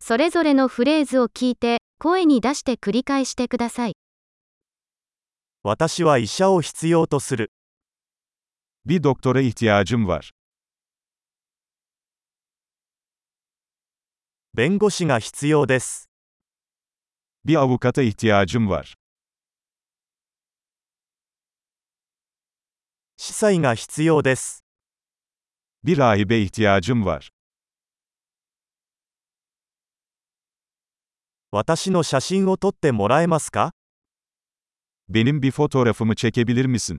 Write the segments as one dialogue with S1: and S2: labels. S1: それぞれのフレーズを聞いて、声に出して繰り返してください。
S2: 私は医者を必要とする。
S3: Bir doktora ihtiyacım var.
S2: 弁護士が必要です。
S3: Bir avukata ihtiyacım var.
S2: 司祭が必要です。
S3: Bir rahibe ihtiyacım var.
S2: 私の写真を撮ってもらえますか
S3: Benim bir fotoğrafımı çekebilir misin?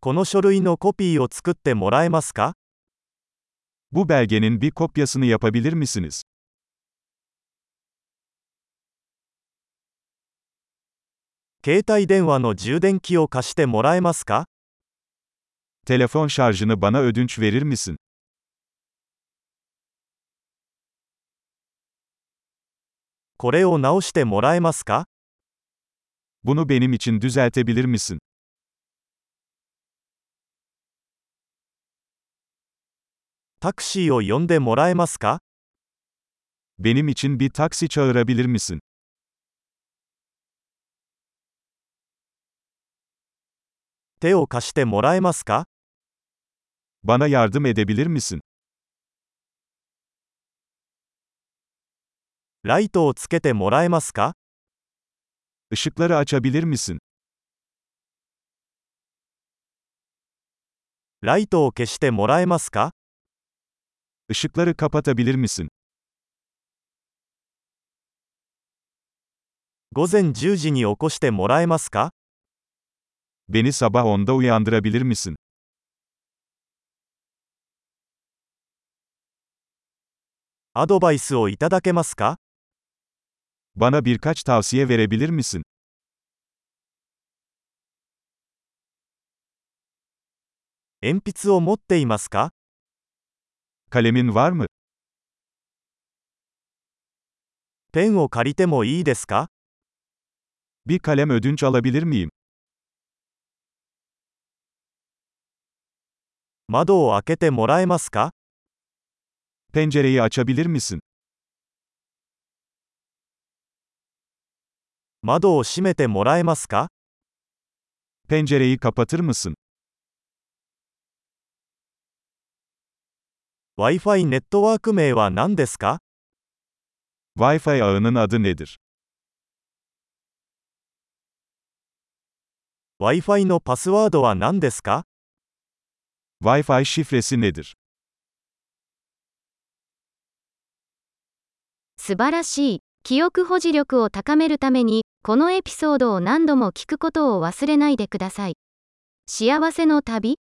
S2: この書類のコピーを作ってもらえますか
S3: Bu belgenin bir kopyasını yapabilir misiniz?
S2: 携帯電話の充電器を貸してもらえますか
S3: Telefon şarjını bana ödünç verir misin?
S2: これを直してもらえますか
S3: Bunu benim için düzeltebilir misin?
S2: タクシーを呼んでもらえますか
S3: Benim için bir taksi çağırabilir misin?
S2: 手を貸してもらえますか
S3: Bana yardım edebilir misin?
S2: ライトをつけてもらえますか
S3: Işıkları açabilir misin?
S2: ライトを消してもらえますか
S3: Işıkları kapatabilir misin?
S2: 午前10時に起こしてもらえますか
S3: Beni sabah 10'da uyandırabilir misin?
S2: アドバイスをいただけますか
S3: Bana birkaç tavsiye verebilir misin?
S2: 鉛筆を持っていますか
S3: Kalemin var mı?
S2: ペンを借りてもいいですか
S3: Bir kalem ödünç alabilir miyim?
S2: 窓を開けてもらえますか
S3: Pencereyi açabilir misin?
S2: 窓を閉めてもらえますか
S3: Pencereyi kapatır mısın?
S2: Wi-Fi ネットワーク名は何ですか
S3: Wi-Fi ağının adı nedir?
S2: ?Wi-Fi のパスワードは何ですか
S3: Wi-Fi şifresi nedir?
S1: 素晴らしい。記憶保持力を高めるために、このエピソードを何度も聞くことを忘れないでください。幸せの旅